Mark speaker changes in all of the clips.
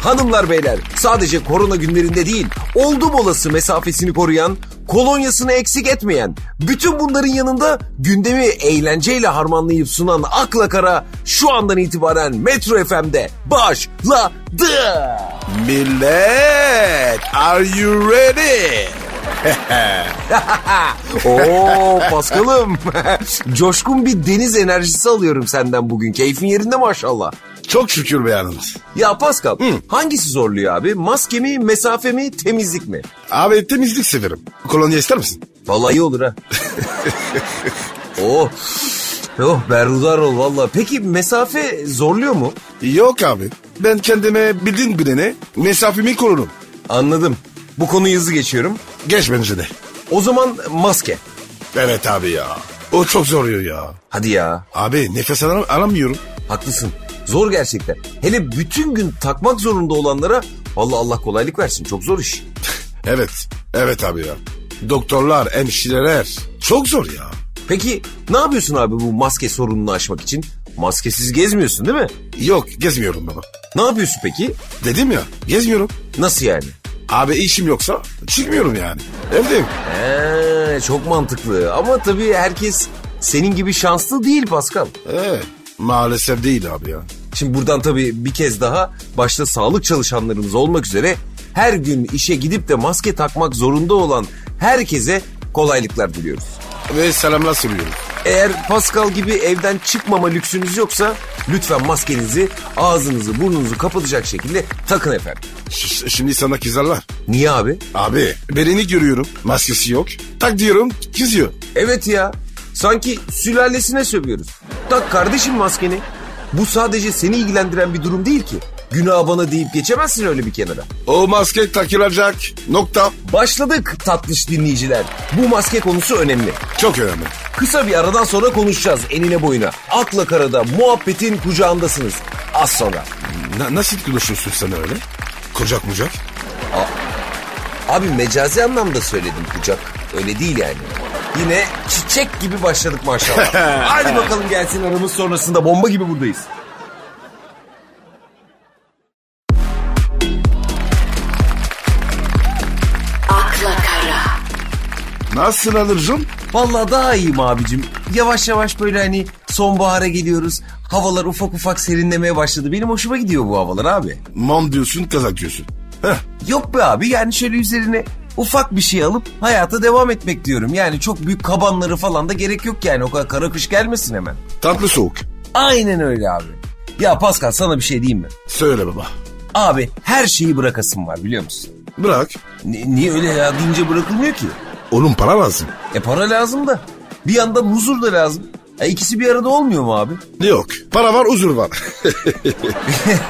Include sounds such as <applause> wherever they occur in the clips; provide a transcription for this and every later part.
Speaker 1: Hanımlar beyler sadece korona günlerinde değil oldum olası mesafesini koruyan, kolonyasını eksik etmeyen, bütün bunların yanında gündemi eğlenceyle harmanlayıp sunan Akla Kara şu andan itibaren Metro FM'de başladı.
Speaker 2: Millet, are you ready?
Speaker 1: <laughs> Oo Paskal'ım coşkun bir deniz enerjisi alıyorum senden bugün keyfin yerinde maşallah.
Speaker 2: Çok şükür be yalnız.
Speaker 1: Ya Pascal hangisi zorluyor abi? Maske mi, mesafe mi, temizlik mi?
Speaker 2: Abi temizlik severim. Kolonya ister misin?
Speaker 1: Vallahi iyi olur ha. oh. Oh berhudar ol valla. Peki mesafe zorluyor mu?
Speaker 2: Yok abi. Ben kendime bildiğin bilene mesafemi korurum.
Speaker 1: Anladım. Bu konuyu hızlı geçiyorum.
Speaker 2: Geç bence de.
Speaker 1: O zaman maske.
Speaker 2: Evet abi ya. O çok zoruyor ya.
Speaker 1: Hadi ya
Speaker 2: Abi nefes alam- alamıyorum.
Speaker 1: haklısın. Zor gerçekten. Hele bütün gün takmak zorunda olanlara valla Allah kolaylık versin. Çok zor iş.
Speaker 2: Evet. Evet abi ya. Doktorlar, hemşireler. Çok zor ya.
Speaker 1: Peki ne yapıyorsun abi bu maske sorununu aşmak için? Maskesiz gezmiyorsun değil mi?
Speaker 2: Yok gezmiyorum baba.
Speaker 1: Ne yapıyorsun peki?
Speaker 2: Dedim ya gezmiyorum.
Speaker 1: Nasıl yani?
Speaker 2: Abi işim yoksa çıkmıyorum yani. Evdeyim.
Speaker 1: Ee, çok mantıklı ama tabii herkes senin gibi şanslı değil Pascal.
Speaker 2: Ee, maalesef değil abi ya.
Speaker 1: Şimdi buradan tabii bir kez daha başta sağlık çalışanlarımız olmak üzere her gün işe gidip de maske takmak zorunda olan herkese kolaylıklar diliyoruz.
Speaker 2: Ve selamlar söylüyorum.
Speaker 1: Eğer Pascal gibi evden çıkmama lüksünüz yoksa lütfen maskenizi ağzınızı burnunuzu kapatacak şekilde takın efendim.
Speaker 2: Ş- şimdi sana kızarlar.
Speaker 1: Niye abi?
Speaker 2: Abi birini görüyorum maskesi yok. Tak diyorum kızıyor.
Speaker 1: Evet ya. Sanki sülalesine sövüyoruz. Tak kardeşim maskeni. Bu sadece seni ilgilendiren bir durum değil ki. Günah bana deyip geçemezsin öyle bir kenara.
Speaker 2: O maske takılacak nokta
Speaker 1: Başladık tatlış dinleyiciler. Bu maske konusu önemli.
Speaker 2: çok önemli.
Speaker 1: Kısa bir aradan sonra konuşacağız enine boyuna. Akla karada muhabbetin kucağındasınız. Az sonra.
Speaker 2: Na- nasıl konuşuyorsun sen öyle? Kucak mucak.
Speaker 1: Abi mecazi anlamda söyledim kucak. Öyle değil yani. Yine çiçek gibi başladık maşallah. Hadi bakalım gelsin aramız sonrasında bomba gibi buradayız.
Speaker 3: akla kara,
Speaker 2: Nasılsın Anırcım?
Speaker 1: Vallahi daha iyiyim abicim. Yavaş yavaş böyle hani sonbahara geliyoruz. Havalar ufak ufak serinlemeye başladı. Benim hoşuma gidiyor bu havalar abi.
Speaker 2: Mom diyorsun kazak diyorsun. Heh,
Speaker 1: Yok be abi yani şöyle üzerine ufak bir şey alıp hayata devam etmek diyorum. Yani çok büyük kabanları falan da gerek yok yani. O kadar kara kış gelmesin hemen.
Speaker 2: tatlı soğuk.
Speaker 1: Aynen öyle abi. Ya Pascal sana bir şey diyeyim mi?
Speaker 2: Söyle baba.
Speaker 1: Abi her şeyi bırakasın var biliyor musun?
Speaker 2: Bırak.
Speaker 1: Ni- niye öyle ya deyince bırakılmıyor ki?
Speaker 2: Oğlum para lazım.
Speaker 1: E para lazım da. Bir yandan huzur da lazım. E ikisi bir arada olmuyor mu abi? <laughs>
Speaker 2: Yok. Para var huzur var.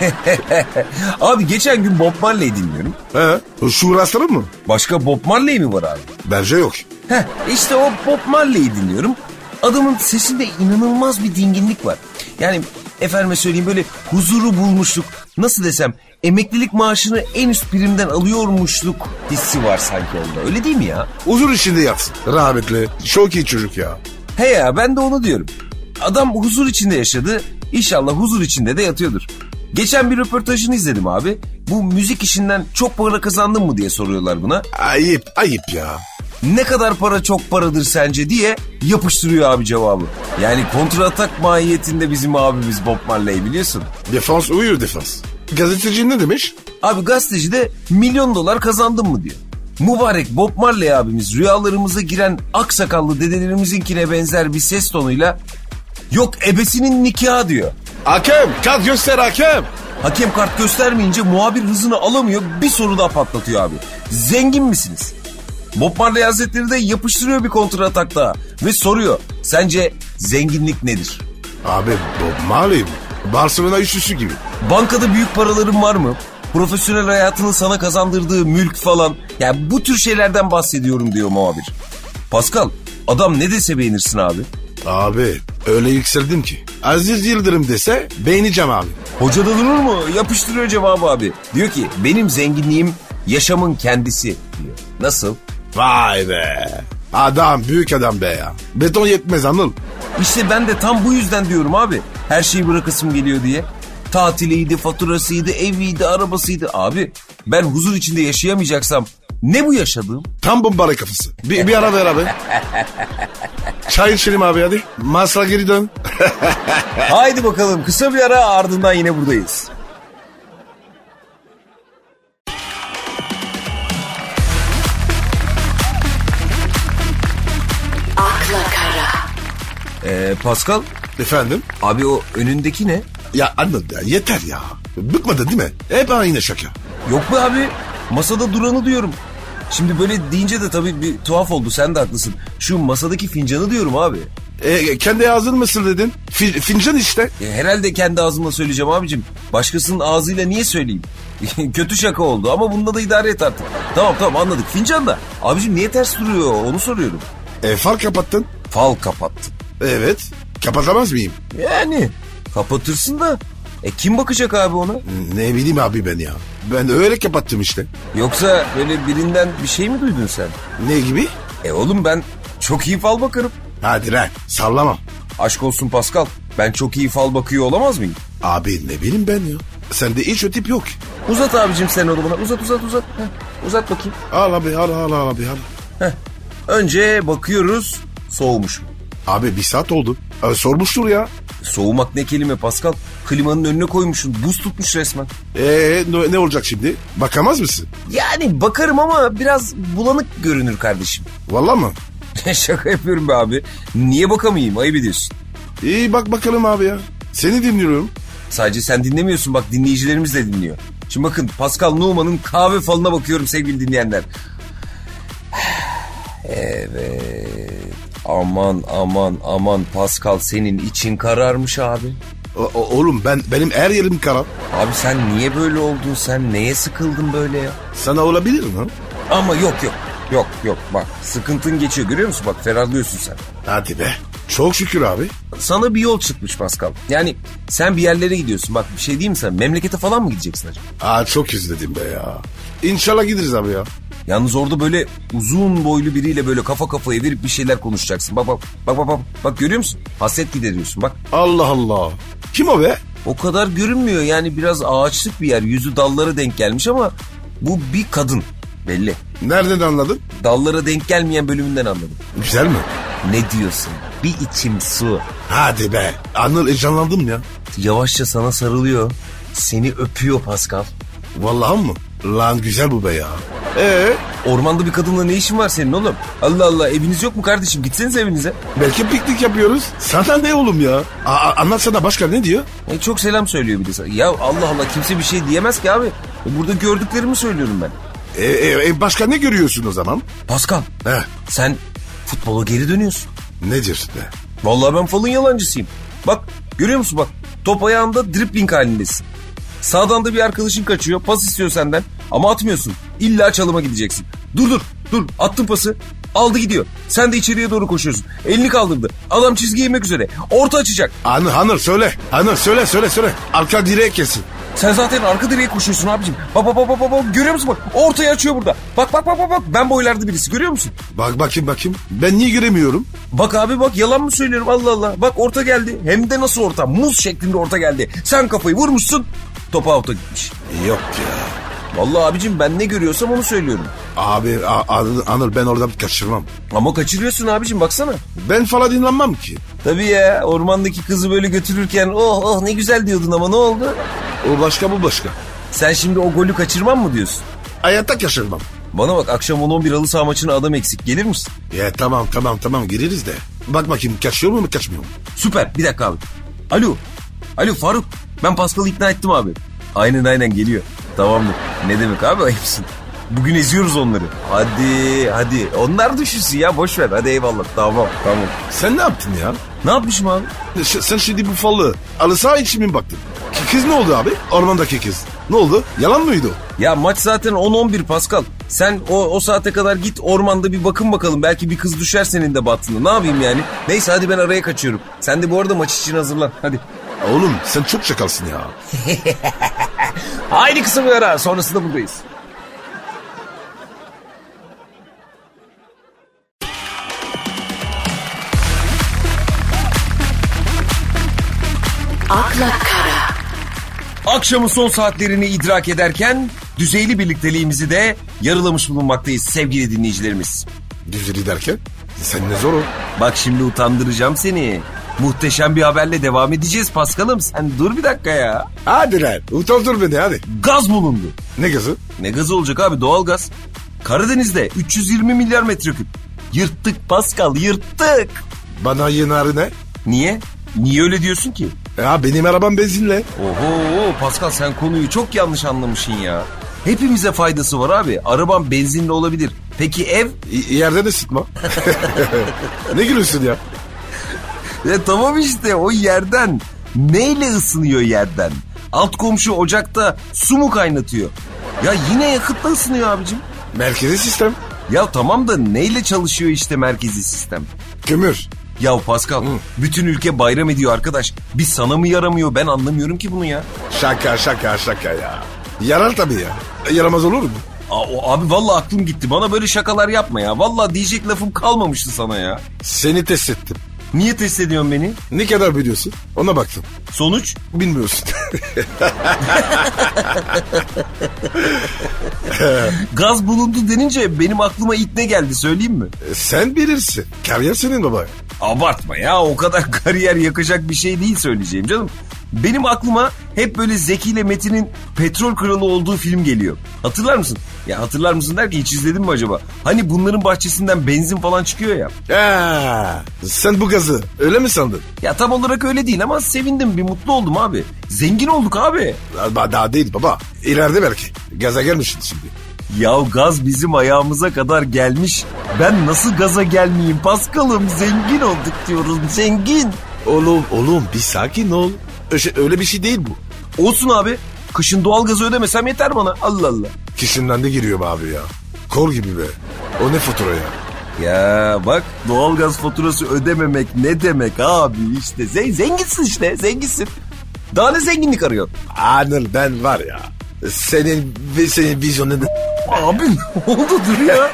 Speaker 2: <laughs>
Speaker 1: Abi geçen gün Bob Marley dinliyorum.
Speaker 2: He? Şu rastları mı?
Speaker 1: Başka Bob Marley mi var abi?
Speaker 2: Bence yok.
Speaker 1: Heh işte o Bob Marley'i dinliyorum. Adamın sesinde inanılmaz bir dinginlik var. Yani efendime söyleyeyim böyle huzuru bulmuşluk. Nasıl desem emeklilik maaşını en üst birimden alıyormuşluk hissi var sanki onda. Öyle değil mi ya?
Speaker 2: Huzur içinde yatsın. Rahmetli. Çok iyi çocuk ya.
Speaker 1: He ya ben de onu diyorum. Adam huzur içinde yaşadı. İnşallah huzur içinde de yatıyordur. Geçen bir röportajını izledim abi. Bu müzik işinden çok para kazandın mı diye soruyorlar buna.
Speaker 2: Ayıp, ayıp ya.
Speaker 1: Ne kadar para çok paradır sence diye yapıştırıyor abi cevabı. Yani kontratak mahiyetinde bizim abimiz Bob Marley biliyorsun.
Speaker 2: Defans uyuyor defans. Gazeteci ne demiş?
Speaker 1: Abi gazeteci de milyon dolar kazandın mı diyor. Mübarek Bob Marley abimiz rüyalarımıza giren aksakallı dedelerimizinkine benzer bir ses tonuyla yok ebesinin nikahı diyor.
Speaker 2: Hakem, kat göster hakem.
Speaker 1: Hakem kart göstermeyince muhabir hızını alamıyor bir soru daha patlatıyor abi. Zengin misiniz? Bob Marley Hazretleri de yapıştırıyor bir kontratak daha ve soruyor. Sence zenginlik nedir?
Speaker 2: Abi Bob Marley bu. Barcelona üçlüsü gibi.
Speaker 1: Bankada büyük paraların var mı? Profesyonel hayatının sana kazandırdığı mülk falan. Yani bu tür şeylerden bahsediyorum diyor muhabir. Pascal adam ne dese beğenirsin abi.
Speaker 2: Abi öyle yükseldim ki. Aziz Yıldırım dese beğeneceğim abi.
Speaker 1: Hoca da durur mu? Yapıştırıyor cevabı abi. Diyor ki benim zenginliğim yaşamın kendisi diyor. Nasıl?
Speaker 2: Vay be. Adam büyük adam be ya. Beton yetmez anıl.
Speaker 1: İşte ben de tam bu yüzden diyorum abi. Her şeyi şey bırakasım geliyor diye. Tatiliydi, faturasıydı, eviydi, arabasıydı. Abi ben huzur içinde yaşayamayacaksam ne bu yaşadığım?
Speaker 2: Tam bombalı kafası. Bir, bir ara ver abi. Çay içelim abi hadi. Masla geri dön.
Speaker 1: Haydi bakalım kısa bir ara ardından yine buradayız.
Speaker 3: akla kara,
Speaker 1: Ee, Pascal
Speaker 2: Efendim?
Speaker 1: abi o önündeki ne?
Speaker 2: Ya anladım ya yeter ya. Bıkmadın değil mi? Hep aynı şaka.
Speaker 1: Yok be abi masada duranı diyorum. Şimdi böyle deyince de tabii bir tuhaf oldu sen de haklısın. Şu masadaki fincanı diyorum abi.
Speaker 2: E, kendi ağzın mısın dedin? Fi- fincan işte.
Speaker 1: E, herhalde kendi ağzımla söyleyeceğim abicim. Başkasının ağzıyla niye söyleyeyim? <laughs> Kötü şaka oldu ama bununla da idare et artık. Tamam tamam anladık. Fincan da. Abicim niye ters duruyor onu soruyorum.
Speaker 2: E, far kapattın.
Speaker 1: Fal kapattı.
Speaker 2: Evet. Kapatamaz mıyım?
Speaker 1: Yani kapatırsın da. E kim bakacak abi ona?
Speaker 2: Ne bileyim abi ben ya. Ben öyle kapattım işte.
Speaker 1: Yoksa böyle birinden bir şey mi duydun sen?
Speaker 2: Ne gibi?
Speaker 1: E oğlum ben çok iyi fal bakarım.
Speaker 2: Hadi lan sallama.
Speaker 1: Aşk olsun Pascal. Ben çok iyi fal bakıyor olamaz mıyım?
Speaker 2: Abi ne bileyim ben ya. Sende hiç o tip yok.
Speaker 1: Uzat abicim sen onu bana. Uzat uzat uzat. Heh, uzat bakayım.
Speaker 2: Al abi al al al abi al.
Speaker 1: Heh. Önce bakıyoruz soğumuş mu?
Speaker 2: Abi bir saat oldu. Abi, sormuştur ya.
Speaker 1: Soğumak ne kelime Pascal? Klimanın önüne koymuşsun. Buz tutmuş resmen.
Speaker 2: Eee E, ne, ne olacak şimdi? Bakamaz mısın?
Speaker 1: Yani bakarım ama biraz bulanık görünür kardeşim. <laughs>
Speaker 2: Valla mı?
Speaker 1: Şaka yapıyorum be abi. Niye bakamayayım ayıp ediyorsun.
Speaker 2: İyi bak bakalım abi ya. Seni dinliyorum.
Speaker 1: Sadece sen dinlemiyorsun bak dinleyicilerimiz de dinliyor. Şimdi bakın Pascal Numan'ın kahve falına bakıyorum sevgili dinleyenler. <sighs> Evet. Aman aman aman Pascal senin için kararmış abi.
Speaker 2: O- o- oğlum ben benim her yerim kara.
Speaker 1: Abi sen niye böyle oldun sen neye sıkıldın böyle ya?
Speaker 2: Sana olabilir mi?
Speaker 1: Ama yok yok yok yok bak sıkıntın geçiyor görüyor musun bak ferahlıyorsun sen.
Speaker 2: Hadi be. Çok şükür abi.
Speaker 1: Sana bir yol çıkmış Pascal. Yani sen bir yerlere gidiyorsun bak bir şey diyeyim mi sana memlekete falan mı gideceksin acaba?
Speaker 2: Aa çok üzledim be ya. İnşallah gideriz abi ya.
Speaker 1: Yalnız orada böyle uzun boylu biriyle böyle kafa kafaya verip bir şeyler konuşacaksın. Bak bak bak bak bak, bak görüyor musun? Hasret gideriyorsun bak.
Speaker 2: Allah Allah. Kim o be?
Speaker 1: O kadar görünmüyor yani biraz ağaçlık bir yer. Yüzü dallara denk gelmiş ama bu bir kadın belli.
Speaker 2: Nereden anladın?
Speaker 1: Dallara denk gelmeyen bölümünden anladım.
Speaker 2: Güzel mi?
Speaker 1: Ne diyorsun? Bir içim su.
Speaker 2: Hadi be. Anıl heyecanlandım ya.
Speaker 1: Yavaşça sana sarılıyor. Seni öpüyor Pascal.
Speaker 2: Vallahi mı? Lan güzel bu be ya. Ee,
Speaker 1: Ormanda bir kadınla ne işin var senin oğlum? Allah Allah eviniz yok mu kardeşim? Gitseniz evinize.
Speaker 2: belki piknik yapıyoruz. Sana ne oğlum ya? Aa, anlatsana başka ne diyor?
Speaker 1: E, çok selam söylüyor bir de sana. Ya Allah Allah kimse bir şey diyemez ki abi. E, burada gördüklerimi söylüyorum ben.
Speaker 2: Ee, e, e, başka ne görüyorsun o zaman?
Speaker 1: Pascal
Speaker 2: Heh,
Speaker 1: sen futbola geri dönüyorsun.
Speaker 2: nedir be?
Speaker 1: Vallahi ben falın yalancısıyım. Bak görüyor musun bak top ayağında dribbling halindesin. Sağdan da bir arkadaşın kaçıyor pas istiyor senden ama atmıyorsun. İlla çalıma gideceksin. Dur dur dur attın pası aldı gidiyor. Sen de içeriye doğru koşuyorsun. Elini kaldırdı. Adam çizgi yemek üzere. Orta açacak.
Speaker 2: Anıl, Anıl söyle. Anıl söyle söyle söyle. Arka direğe kesin.
Speaker 1: Sen zaten arka direğe koşuyorsun abicim. Bak bak bak bak bak, bak görüyor musun bak ortaya açıyor burada. Bak bak bak bak bak ben boylarda birisi görüyor musun?
Speaker 2: Bak bakayım bakayım. Ben niye göremiyorum?
Speaker 1: Bak abi bak yalan mı söylüyorum Allah Allah. Bak orta geldi hem de nasıl orta muz şeklinde orta geldi. Sen kafayı vurmuşsun topa out'a gitmiş.
Speaker 2: Yok ya.
Speaker 1: Vallahi abicim ben ne görüyorsam onu söylüyorum.
Speaker 2: Abi A- Anıl, Anıl ben oradan kaçırmam.
Speaker 1: Ama kaçırıyorsun abicim baksana.
Speaker 2: Ben falan dinlenmem ki.
Speaker 1: Tabii ya ormandaki kızı böyle götürürken oh oh ne güzel diyordun ama ne oldu?
Speaker 2: O başka bu başka.
Speaker 1: Sen şimdi o golü kaçırmam mı diyorsun?
Speaker 2: Hayatta kaçırmam.
Speaker 1: Bana bak akşam 10-11 halı saha maçına adam eksik gelir misin?
Speaker 2: Ya tamam tamam tamam gireriz de. Bak bakayım kaçıyor mu kaçmıyor mu?
Speaker 1: Süper. Bir dakika abi. Alo. Alo Faruk. Ben Pascal'ı ikna ettim abi. Aynen aynen geliyor. Tamamdır. Ne demek abi ayıpsın. Bugün eziyoruz onları. Hadi hadi. Onlar düşünsün ya boş ver. Hadi eyvallah. Tamam tamam.
Speaker 2: Sen ne yaptın ya?
Speaker 1: Ne yapmışım abi?
Speaker 2: Ş- sen şimdi bu falı alırsa için mi baktın? Ki- Kız ne oldu abi? Ormandaki kız. Ne oldu? Yalan mıydı o?
Speaker 1: Ya maç zaten 10-11 Pascal. Sen o, o saate kadar git ormanda bir bakın bakalım. Belki bir kız düşer senin de battığında. Ne yapayım yani? Neyse hadi ben araya kaçıyorum. Sen de bu arada maç için hazırlan. Hadi.
Speaker 2: Oğlum sen çok şakalsın ya.
Speaker 1: Haydi kısa bir ara. Sonrasında buradayız.
Speaker 3: akla kara,
Speaker 1: Akşamın son saatlerini idrak ederken düzeyli birlikteliğimizi de yarılamış bulunmaktayız sevgili dinleyicilerimiz.
Speaker 2: Düzeli derken sen ne zor ol.
Speaker 1: Bak şimdi utandıracağım seni. Muhteşem bir haberle devam edeceğiz Paskal'ım. Sen dur bir dakika ya.
Speaker 2: Hadi lan utandır beni hadi.
Speaker 1: Gaz bulundu.
Speaker 2: Ne gazı?
Speaker 1: Ne gazı olacak abi doğalgaz. Karadeniz'de 320 milyar metreküp. Yırttık Pascal yırttık.
Speaker 2: Bana yığınarı ne?
Speaker 1: Niye? Niye öyle diyorsun ki?
Speaker 2: Ya benim arabam benzinle.
Speaker 1: Oho Pascal sen konuyu çok yanlış anlamışsın ya. Hepimize faydası var abi. Araban benzinli olabilir. Peki ev?
Speaker 2: Y- yerden ısıtma. <laughs> ne gülüyorsun ya?
Speaker 1: E, tamam işte o yerden. Neyle ısınıyor yerden? Alt komşu ocakta su mu kaynatıyor? Ya yine yakıtla ısınıyor abicim.
Speaker 2: Merkezi sistem.
Speaker 1: Ya tamam da neyle çalışıyor işte merkezi sistem?
Speaker 2: Kömür.
Speaker 1: Ya Pascal bütün ülke bayram ediyor arkadaş. Bir sana mı yaramıyor ben anlamıyorum ki bunu ya.
Speaker 2: Şaka şaka şaka ya. Yarar tabii ya. E, Yaramaz olur mu?
Speaker 1: Aa, o- abi vallahi aklım gitti bana böyle şakalar yapma ya. Vallahi diyecek lafım kalmamıştı sana ya.
Speaker 2: Seni test ettim.
Speaker 1: Niye test ediyorsun beni?
Speaker 2: Ne kadar biliyorsun? Ona baktım.
Speaker 1: Sonuç?
Speaker 2: <laughs> Bilmiyorsun.
Speaker 1: Gaz bulundu denince benim aklıma ilk ne geldi söyleyeyim mi?
Speaker 2: E, Sen bilirsin. Kariyer senin baba.
Speaker 1: Abartma ya o kadar <laughs> kariyer yakacak bir şey değil söyleyeceğim canım. Benim aklıma hep böyle Zeki ile Metin'in petrol kralı olduğu film geliyor. Hatırlar mısın? Ya hatırlar mısın der ki hiç izledin mi acaba? Hani bunların bahçesinden benzin falan çıkıyor ya.
Speaker 2: Ha, sen bu gazı öyle mi sandın?
Speaker 1: Ya tam olarak öyle değil ama sevindim bir mutlu oldum abi. Zengin olduk abi.
Speaker 2: Daha, daha değil baba. İleride belki. Gaza gelmişsin şimdi.
Speaker 1: Ya gaz bizim ayağımıza kadar gelmiş. Ben nasıl gaza gelmeyeyim Paskal'ım zengin olduk diyoruz zengin.
Speaker 2: Oğlum oğlum bir sakin ol. Öyle, öyle bir şey değil bu.
Speaker 1: Olsun abi kışın doğalgazı ödemesem yeter bana Allah Allah.
Speaker 2: Kişinden de giriyor be abi ya. Kol gibi be. O ne fatura ya?
Speaker 1: Ya bak doğalgaz faturası ödememek ne demek abi işte Zen- zenginsin işte zenginsin. Daha ne zenginlik arıyor?
Speaker 2: Anıl ben var ya. Senin ve senin vizyonun
Speaker 1: Abi <laughs> ne oldu dur ya.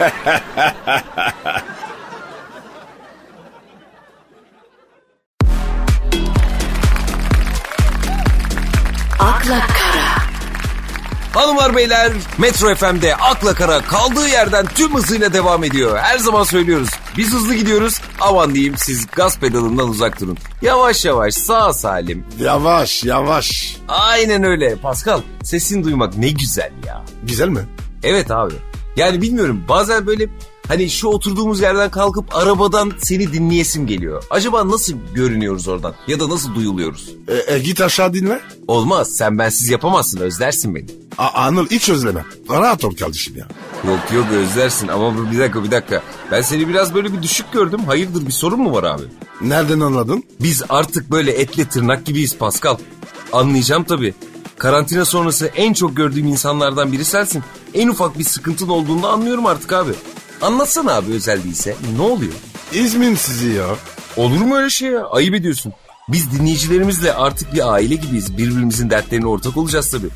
Speaker 3: akla kara,
Speaker 1: <laughs> Hanımlar beyler Metro FM'de akla kara kaldığı yerden tüm hızıyla devam ediyor. Her zaman söylüyoruz biz hızlı gidiyoruz aman diyeyim siz gaz pedalından uzak durun. Yavaş yavaş sağ salim.
Speaker 2: Yavaş yavaş.
Speaker 1: Aynen öyle Pascal sesini duymak ne güzel ya.
Speaker 2: Güzel mi?
Speaker 1: Evet abi. Yani bilmiyorum bazen böyle hani şu oturduğumuz yerden kalkıp arabadan seni dinleyesim geliyor. Acaba nasıl görünüyoruz oradan ya da nasıl duyuluyoruz?
Speaker 2: E, e, git aşağı dinle.
Speaker 1: Olmaz sen bensiz yapamazsın özlersin beni.
Speaker 2: A, Anıl hiç özleme. Rahat ol kardeşim ya.
Speaker 1: Yok yok özlersin ama bu- bir dakika bir dakika. Ben seni biraz böyle bir düşük gördüm. Hayırdır bir sorun mu var abi?
Speaker 2: Nereden anladın?
Speaker 1: Biz artık böyle etli tırnak gibiyiz Pascal. Anlayacağım tabii. Karantina sonrası en çok gördüğüm insanlardan biri sensin. En ufak bir sıkıntın olduğunda anlıyorum artık abi. Anlatsana abi özel değilse ne oluyor?
Speaker 2: İzmin sizi ya.
Speaker 1: Olur mu öyle şey ya? Ayıp ediyorsun. Biz dinleyicilerimizle artık bir aile gibiyiz. Birbirimizin dertlerine ortak olacağız tabii.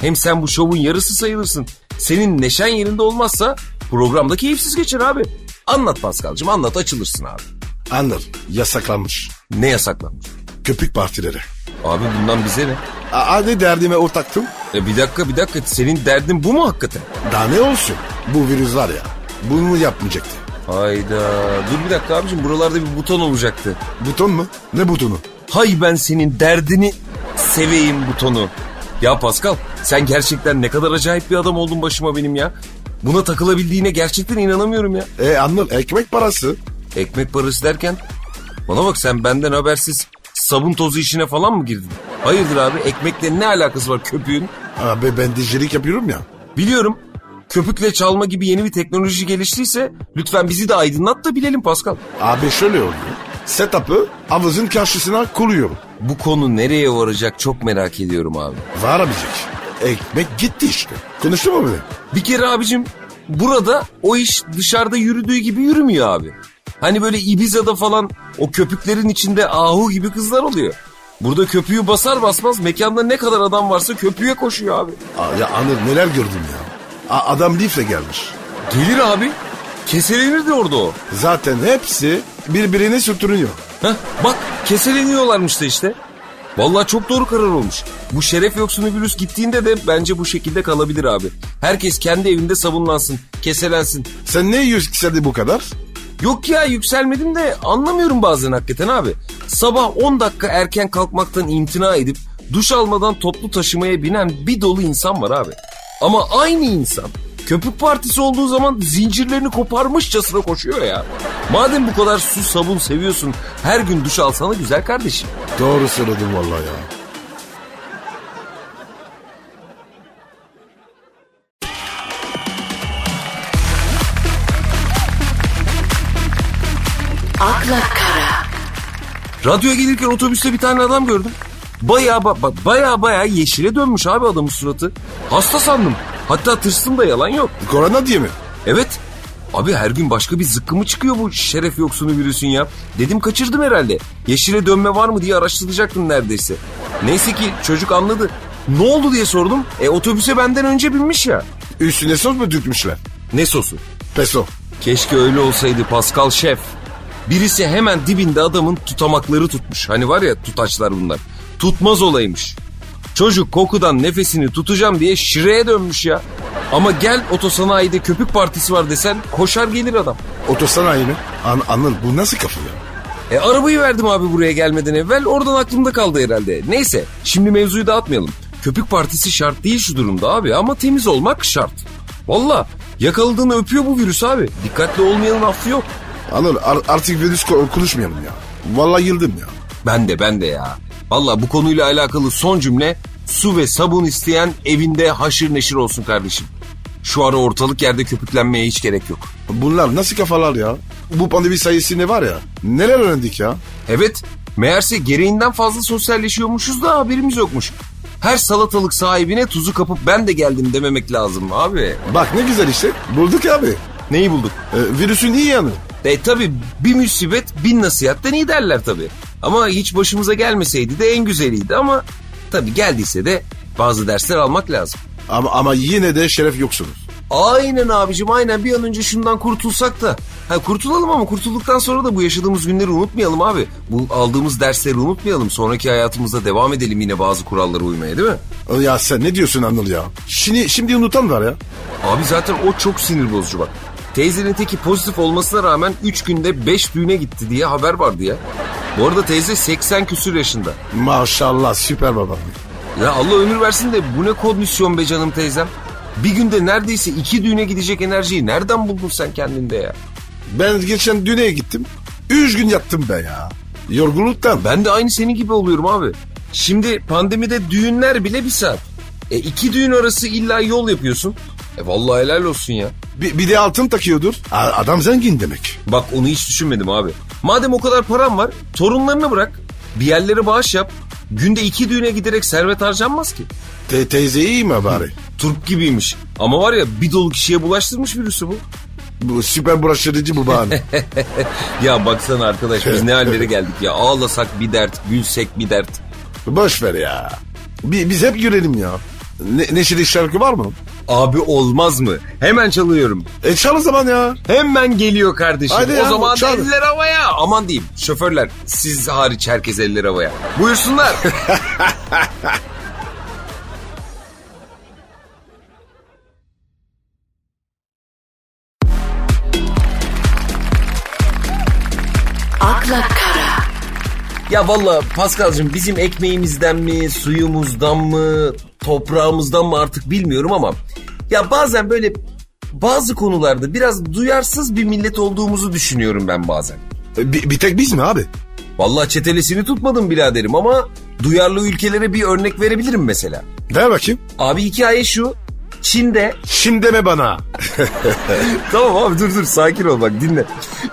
Speaker 1: Hem sen bu şovun yarısı sayılırsın. Senin neşen yerinde olmazsa programda keyifsiz geçer abi. Anlat Paskal'cığım anlat açılırsın abi.
Speaker 2: Anıl yasaklanmış.
Speaker 1: Ne yasaklanmış?
Speaker 2: Köpük partileri.
Speaker 1: Abi bundan bize ne?
Speaker 2: A, hadi derdime ortaktım.
Speaker 1: E bir dakika bir dakika senin derdin bu mu hakikaten?
Speaker 2: Daha ne olsun? Bu virüs var ya. Bunu yapmayacaktı.
Speaker 1: Hayda dur bir dakika abicim buralarda bir buton olacaktı.
Speaker 2: Buton mu? Ne butonu?
Speaker 1: Hay ben senin derdini seveyim butonu. Ya Pascal sen gerçekten ne kadar acayip bir adam oldun başıma benim ya. Buna takılabildiğine gerçekten inanamıyorum ya.
Speaker 2: E Anıl ekmek parası.
Speaker 1: Ekmek parası derken bana bak sen benden habersiz sabun tozu işine falan mı girdin? Hayırdır abi ekmekle ne alakası var köpüğün?
Speaker 2: Abi ben dişçilik yapıyorum ya.
Speaker 1: Biliyorum köpükle çalma gibi yeni bir teknoloji geliştiyse lütfen bizi de aydınlat da bilelim Pascal.
Speaker 2: Abi şöyle oluyor. Setup'ı havuzun karşısına koyuyorum.
Speaker 1: Bu konu nereye varacak çok merak ediyorum abi.
Speaker 2: Var abicik. Ekmek gitti işte. Konuştun mu beni?
Speaker 1: Bir kere abicim burada o iş dışarıda yürüdüğü gibi yürümüyor abi. Hani böyle Ibiza'da falan o köpüklerin içinde ahu gibi kızlar oluyor. Burada köpüğü basar basmaz mekanda ne kadar adam varsa köpüğe koşuyor abi.
Speaker 2: Aa, ya Anıl neler gördüm ya. A- adam lifle gelmiş.
Speaker 1: Gelir abi. Keselenirdi orada o.
Speaker 2: Zaten hepsi birbirine sürtünüyor.
Speaker 1: Heh, bak keseleniyorlarmış da işte. Vallahi çok doğru karar olmuş. Bu şeref yoksunu virüs gittiğinde de bence bu şekilde kalabilir abi. Herkes kendi evinde savunlansın, keselensin.
Speaker 2: Sen ne yükseldi bu kadar?
Speaker 1: Yok ya yükselmedim de anlamıyorum bazen hakikaten abi. Sabah 10 dakika erken kalkmaktan imtina edip duş almadan toplu taşımaya binen bir dolu insan var abi. Ama aynı insan köpük partisi olduğu zaman zincirlerini koparmışçasına koşuyor ya. Madem bu kadar su sabun seviyorsun her gün duş alsana güzel kardeşim.
Speaker 2: Doğru söyledin vallahi ya.
Speaker 3: akla kara,
Speaker 1: Radyoya gelirken otobüste bir tane adam gördüm. Baya ba- ba- baya baya yeşile dönmüş abi adamın suratı. Hasta sandım. Hatta tırstım da yalan yok.
Speaker 2: Korona diye mi?
Speaker 1: Evet. Abi her gün başka bir zıkkımı çıkıyor bu şeref yoksunu virüsün ya. Dedim kaçırdım herhalde. Yeşile dönme var mı diye araştıracaktım neredeyse. Neyse ki çocuk anladı. Ne oldu diye sordum. E otobüse benden önce binmiş ya.
Speaker 2: Üstüne sos mu dökmüşler?
Speaker 1: Ne sosu?
Speaker 2: Peso.
Speaker 1: Keşke öyle olsaydı Pascal Şef. Birisi hemen dibinde adamın tutamakları tutmuş. Hani var ya tutaçlar bunlar. Tutmaz olaymış. Çocuk kokudan nefesini tutacağım diye şireye dönmüş ya. Ama gel otosanayide köpük partisi var desen koşar gelir adam.
Speaker 2: Otosanayi mi? An Anıl bu nasıl kafa ya?
Speaker 1: E arabayı verdim abi buraya gelmeden evvel. Oradan aklımda kaldı herhalde. Neyse şimdi mevzuyu dağıtmayalım. Köpük partisi şart değil şu durumda abi ama temiz olmak şart. Valla yakaladığını öpüyor bu virüs abi. Dikkatli olmayanın affı yok.
Speaker 2: Anıl ar- artık virüs ko- konuşmayalım ya. Vallahi yıldım ya.
Speaker 1: Ben de ben de ya. Valla bu konuyla alakalı son cümle su ve sabun isteyen evinde haşır neşir olsun kardeşim. Şu ara ortalık yerde köpüklenmeye hiç gerek yok.
Speaker 2: Bunlar nasıl kafalar ya? Bu pandemi sayısı ne var ya? Neler öğrendik ya?
Speaker 1: Evet meğerse gereğinden fazla sosyalleşiyormuşuz da haberimiz yokmuş. Her salatalık sahibine tuzu kapıp ben de geldim dememek lazım abi.
Speaker 2: Bak ne güzel işte. Bulduk abi.
Speaker 1: Neyi bulduk?
Speaker 2: Ee, virüsün iyi yanı.
Speaker 1: E tabi bir musibet bin nasihatten iyi derler tabi. Ama hiç başımıza gelmeseydi de en güzeliydi ama tabi geldiyse de bazı dersler almak lazım.
Speaker 2: Ama, ama yine de şeref yoksunuz.
Speaker 1: Aynen abicim aynen bir an önce şundan kurtulsak da. Ha kurtulalım ama kurtulduktan sonra da bu yaşadığımız günleri unutmayalım abi. Bu aldığımız dersleri unutmayalım. Sonraki hayatımızda devam edelim yine bazı kurallara uymaya değil mi?
Speaker 2: Ya sen ne diyorsun Anıl ya? Şimdi, şimdi unutan var ya.
Speaker 1: Abi zaten o çok sinir bozucu bak. Teyzenin teki pozitif olmasına rağmen 3 günde 5 düğüne gitti diye haber vardı ya. Bu arada teyze 80 küsür yaşında.
Speaker 2: Maşallah süper babam.
Speaker 1: Ya Allah ömür versin de bu ne kondisyon be canım teyzem. Bir günde neredeyse iki düğüne gidecek enerjiyi nereden buldun sen kendinde ya?
Speaker 2: Ben geçen düğüne gittim. Üç gün yattım ben ya. Yorgunluktan.
Speaker 1: Ben de aynı senin gibi oluyorum abi. Şimdi pandemide düğünler bile bir saat. E iki düğün arası illa yol yapıyorsun. E vallahi helal olsun ya.
Speaker 2: Bir, bir de altın takıyordur. A- adam zengin demek.
Speaker 1: Bak onu hiç düşünmedim abi. Madem o kadar param var torunlarına bırak. Bir yerlere bağış yap. Günde iki düğüne giderek servet harcanmaz ki.
Speaker 2: Te- teyze iyi mi bari?
Speaker 1: Turp gibiymiş. Ama var ya bir dolu kişiye bulaştırmış virüsü bu.
Speaker 2: Bu süper bulaştırıcı bu bahane.
Speaker 1: Ya baksana arkadaş biz ne hallere geldik ya. Ağlasak bir dert, gülsek bir dert.
Speaker 2: Boş ver ya. Bi- biz hep görelim ya. Ne- neşeli şarkı var mı?
Speaker 1: Abi olmaz mı? Hemen çalıyorum.
Speaker 2: E çal o zaman ya.
Speaker 1: Hemen geliyor kardeşim.
Speaker 2: Hadi
Speaker 1: o
Speaker 2: ya,
Speaker 1: zaman
Speaker 2: çal.
Speaker 1: eller havaya. Aman diyeyim şoförler siz hariç herkes eller havaya. Buyursunlar.
Speaker 3: akla kara,
Speaker 1: ya valla Paskal'cığım bizim ekmeğimizden mi, suyumuzdan mı, toprağımızdan mı artık bilmiyorum ama ya bazen böyle bazı konularda biraz duyarsız bir millet olduğumuzu düşünüyorum ben bazen.
Speaker 2: E, bi- bir tek biz mi abi?
Speaker 1: Vallahi çetelesini tutmadım biraderim ama duyarlı ülkelere bir örnek verebilirim mesela.
Speaker 2: Ver bakayım.
Speaker 1: Abi hikaye şu. Çin'de
Speaker 2: Şimdi deme bana.
Speaker 1: tamam abi dur dur sakin ol bak dinle.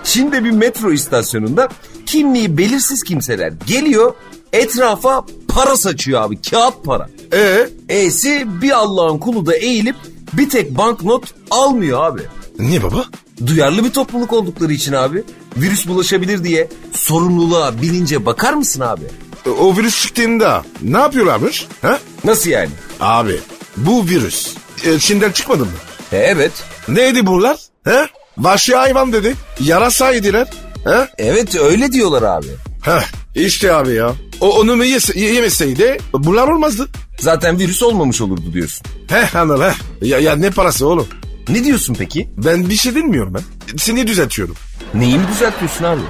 Speaker 1: Çin'de bir metro istasyonunda kimliği belirsiz kimseler geliyor etrafa para saçıyor abi kağıt para.
Speaker 2: E
Speaker 1: E'si bir Allah'ın kulu da eğilip bir tek banknot almıyor abi.
Speaker 2: niye baba?
Speaker 1: Duyarlı bir topluluk oldukları için abi virüs bulaşabilir diye sorumluluğa bilince bakar mısın abi?
Speaker 2: E, O virüs çıktığında ne yapıyorlarmış? Ha?
Speaker 1: Nasıl yani?
Speaker 2: Abi bu virüs e, Çin'den çıkmadı mı?
Speaker 1: E, evet.
Speaker 2: Neydi bunlar? He? Vahşi hayvan dedi. Yarasaydılar. He?
Speaker 1: Evet öyle diyorlar abi.
Speaker 2: Heh, işte abi ya. O onu yese- yemeseydi bunlar olmazdı.
Speaker 1: Zaten virüs olmamış olurdu diyorsun.
Speaker 2: Heh anıl heh. Ya, ya ne parası oğlum?
Speaker 1: Ne diyorsun peki?
Speaker 2: Ben bir şey dinmiyorum ben. Seni düzeltiyorum.
Speaker 1: Neyi mi düzeltiyorsun abi?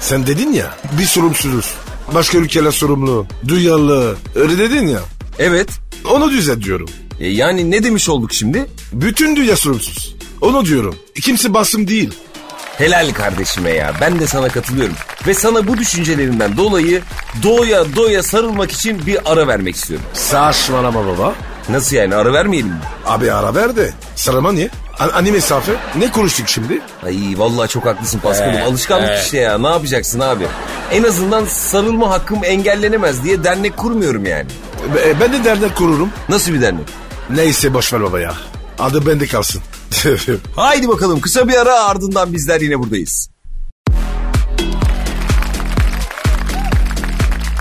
Speaker 2: Sen dedin ya bir sorumsuzuz. Başka ülkeler sorumlu, duyarlı. Öyle dedin ya.
Speaker 1: Evet.
Speaker 2: Onu düzelt diyorum.
Speaker 1: E yani ne demiş olduk şimdi?
Speaker 2: Bütün dünya sorumsuz. Onu diyorum. Kimse basım değil.
Speaker 1: Helal kardeşime ya. Ben de sana katılıyorum. Ve sana bu düşüncelerinden dolayı doya doya sarılmak için bir ara vermek istiyorum.
Speaker 2: Saçmalama baba.
Speaker 1: Nasıl yani ara vermeyelim mi?
Speaker 2: Abi ara ver de. Sarılma niye? A- ani mesafe. Ne konuştuk şimdi?
Speaker 1: Ay vallahi çok haklısın Paskal'ım. Alışkanlık işte ya. Ne yapacaksın abi? En azından sarılma hakkım engellenemez diye dernek kurmuyorum yani.
Speaker 2: Be- e, ben de dernek kururum.
Speaker 1: Nasıl bir dernek?
Speaker 2: Neyse boşver baba ya. Adı bende kalsın. <laughs>
Speaker 1: Haydi bakalım kısa bir ara ardından bizler yine buradayız.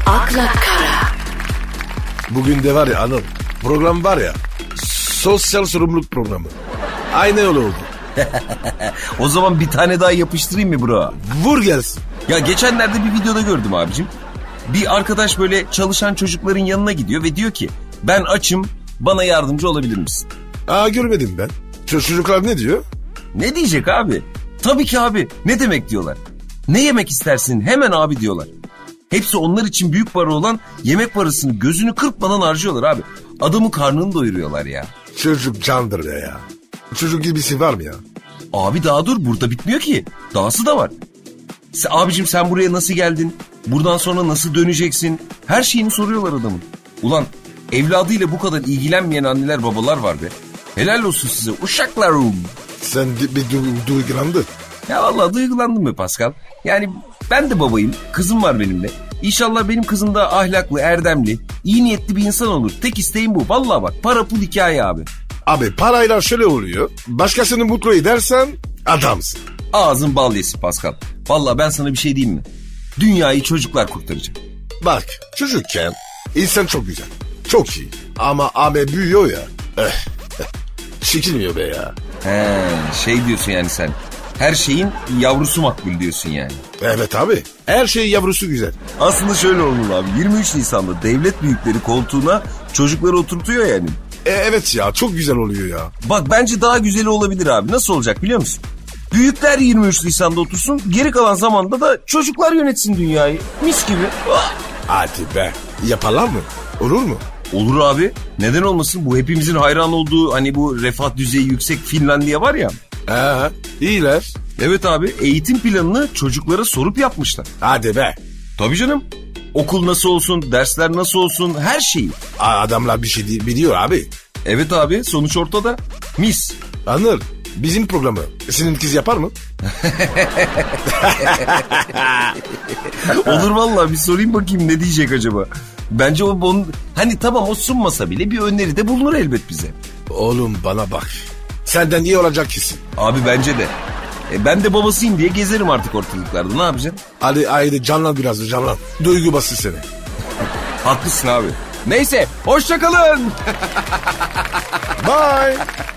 Speaker 3: akla kara,
Speaker 2: Bugün de var ya Anıl. Program var ya. Sosyal sorumluluk programı. Aynı öyle oldu.
Speaker 1: O zaman bir tane daha yapıştırayım mı bro?
Speaker 2: Vur gelsin.
Speaker 1: Ya geçenlerde bir videoda gördüm abicim. Bir arkadaş böyle çalışan çocukların yanına gidiyor ve diyor ki ben açım bana yardımcı olabilir misin?
Speaker 2: Aa görmedim ben. Ç- Çocuklar ne diyor?
Speaker 1: Ne diyecek abi? Tabii ki abi ne demek diyorlar. Ne yemek istersin hemen abi diyorlar. Hepsi onlar için büyük para olan yemek parasını gözünü kırpmadan harcıyorlar abi. Adamın karnını doyuruyorlar ya.
Speaker 2: Çocuk candır be ya. Çocuk gibisi var mı ya?
Speaker 1: Abi daha dur burada bitmiyor ki. Dahası da var. Se- abicim sen buraya nasıl geldin? Buradan sonra nasıl döneceksin? Her şeyini soruyorlar adamın. Ulan evladıyla bu kadar ilgilenmeyen anneler babalar var be. Helal olsun size uşaklarım.
Speaker 2: Sen di- bir du- duygulandı.
Speaker 1: Ya vallahi duygulandım be Pascal. Yani ben de babayım. Kızım var benimle. İnşallah benim kızım da ahlaklı, erdemli, iyi niyetli bir insan olur. Tek isteğim bu. Vallahi bak para pul hikaye abi.
Speaker 2: Abi parayla şöyle oluyor. Başkasını mutlu edersen adamsın.
Speaker 1: Ağzın bal yesin Pascal. Vallahi ben sana bir şey diyeyim mi? Dünyayı çocuklar kurtaracak.
Speaker 2: Bak çocukken insan çok güzel. Çok iyi. Ama abi büyüyor ya. Eh, <laughs> çekilmiyor be ya.
Speaker 1: He, şey diyorsun yani sen. Her şeyin yavrusu makbul diyorsun yani.
Speaker 2: Evet abi. Her şey yavrusu güzel.
Speaker 1: Aslında şöyle olmalı abi. 23 Nisan'da devlet büyükleri koltuğuna çocukları oturtuyor yani.
Speaker 2: E, evet ya çok güzel oluyor ya.
Speaker 1: Bak bence daha güzeli olabilir abi. Nasıl olacak biliyor musun? Büyükler 23 Nisan'da otursun. Geri kalan zamanda da çocuklar yönetsin dünyayı. Mis gibi. Ah!
Speaker 2: Hadi be. Yaparlar mı? Olur mu?
Speaker 1: Olur abi. Neden olmasın? Bu hepimizin hayran olduğu hani bu refah düzeyi yüksek Finlandiya var ya.
Speaker 2: Ee, iyiler.
Speaker 1: Evet abi eğitim planını çocuklara sorup yapmışlar.
Speaker 2: Hadi be.
Speaker 1: Tabii canım. Okul nasıl olsun, dersler nasıl olsun, her şeyi.
Speaker 2: A- Adamlar bir şey di- biliyor abi.
Speaker 1: Evet abi, sonuç ortada. Mis.
Speaker 2: Anır. Bizim programı. Senin kız yapar mı?
Speaker 1: Olur vallahi bir sorayım bakayım ne diyecek acaba. Bence o onun, hani tamam o sunmasa bile bir öneride bulunur elbet bize.
Speaker 2: Oğlum bana bak. Senden iyi olacak kesin.
Speaker 1: Abi bence de. E, ben de babasıyım diye gezerim artık ortalıklarda ne yapacaksın?
Speaker 2: Hadi haydi canlan biraz canlan. Duygu bastı seni.
Speaker 1: Haklısın abi. Neyse hoşçakalın.
Speaker 2: Bye.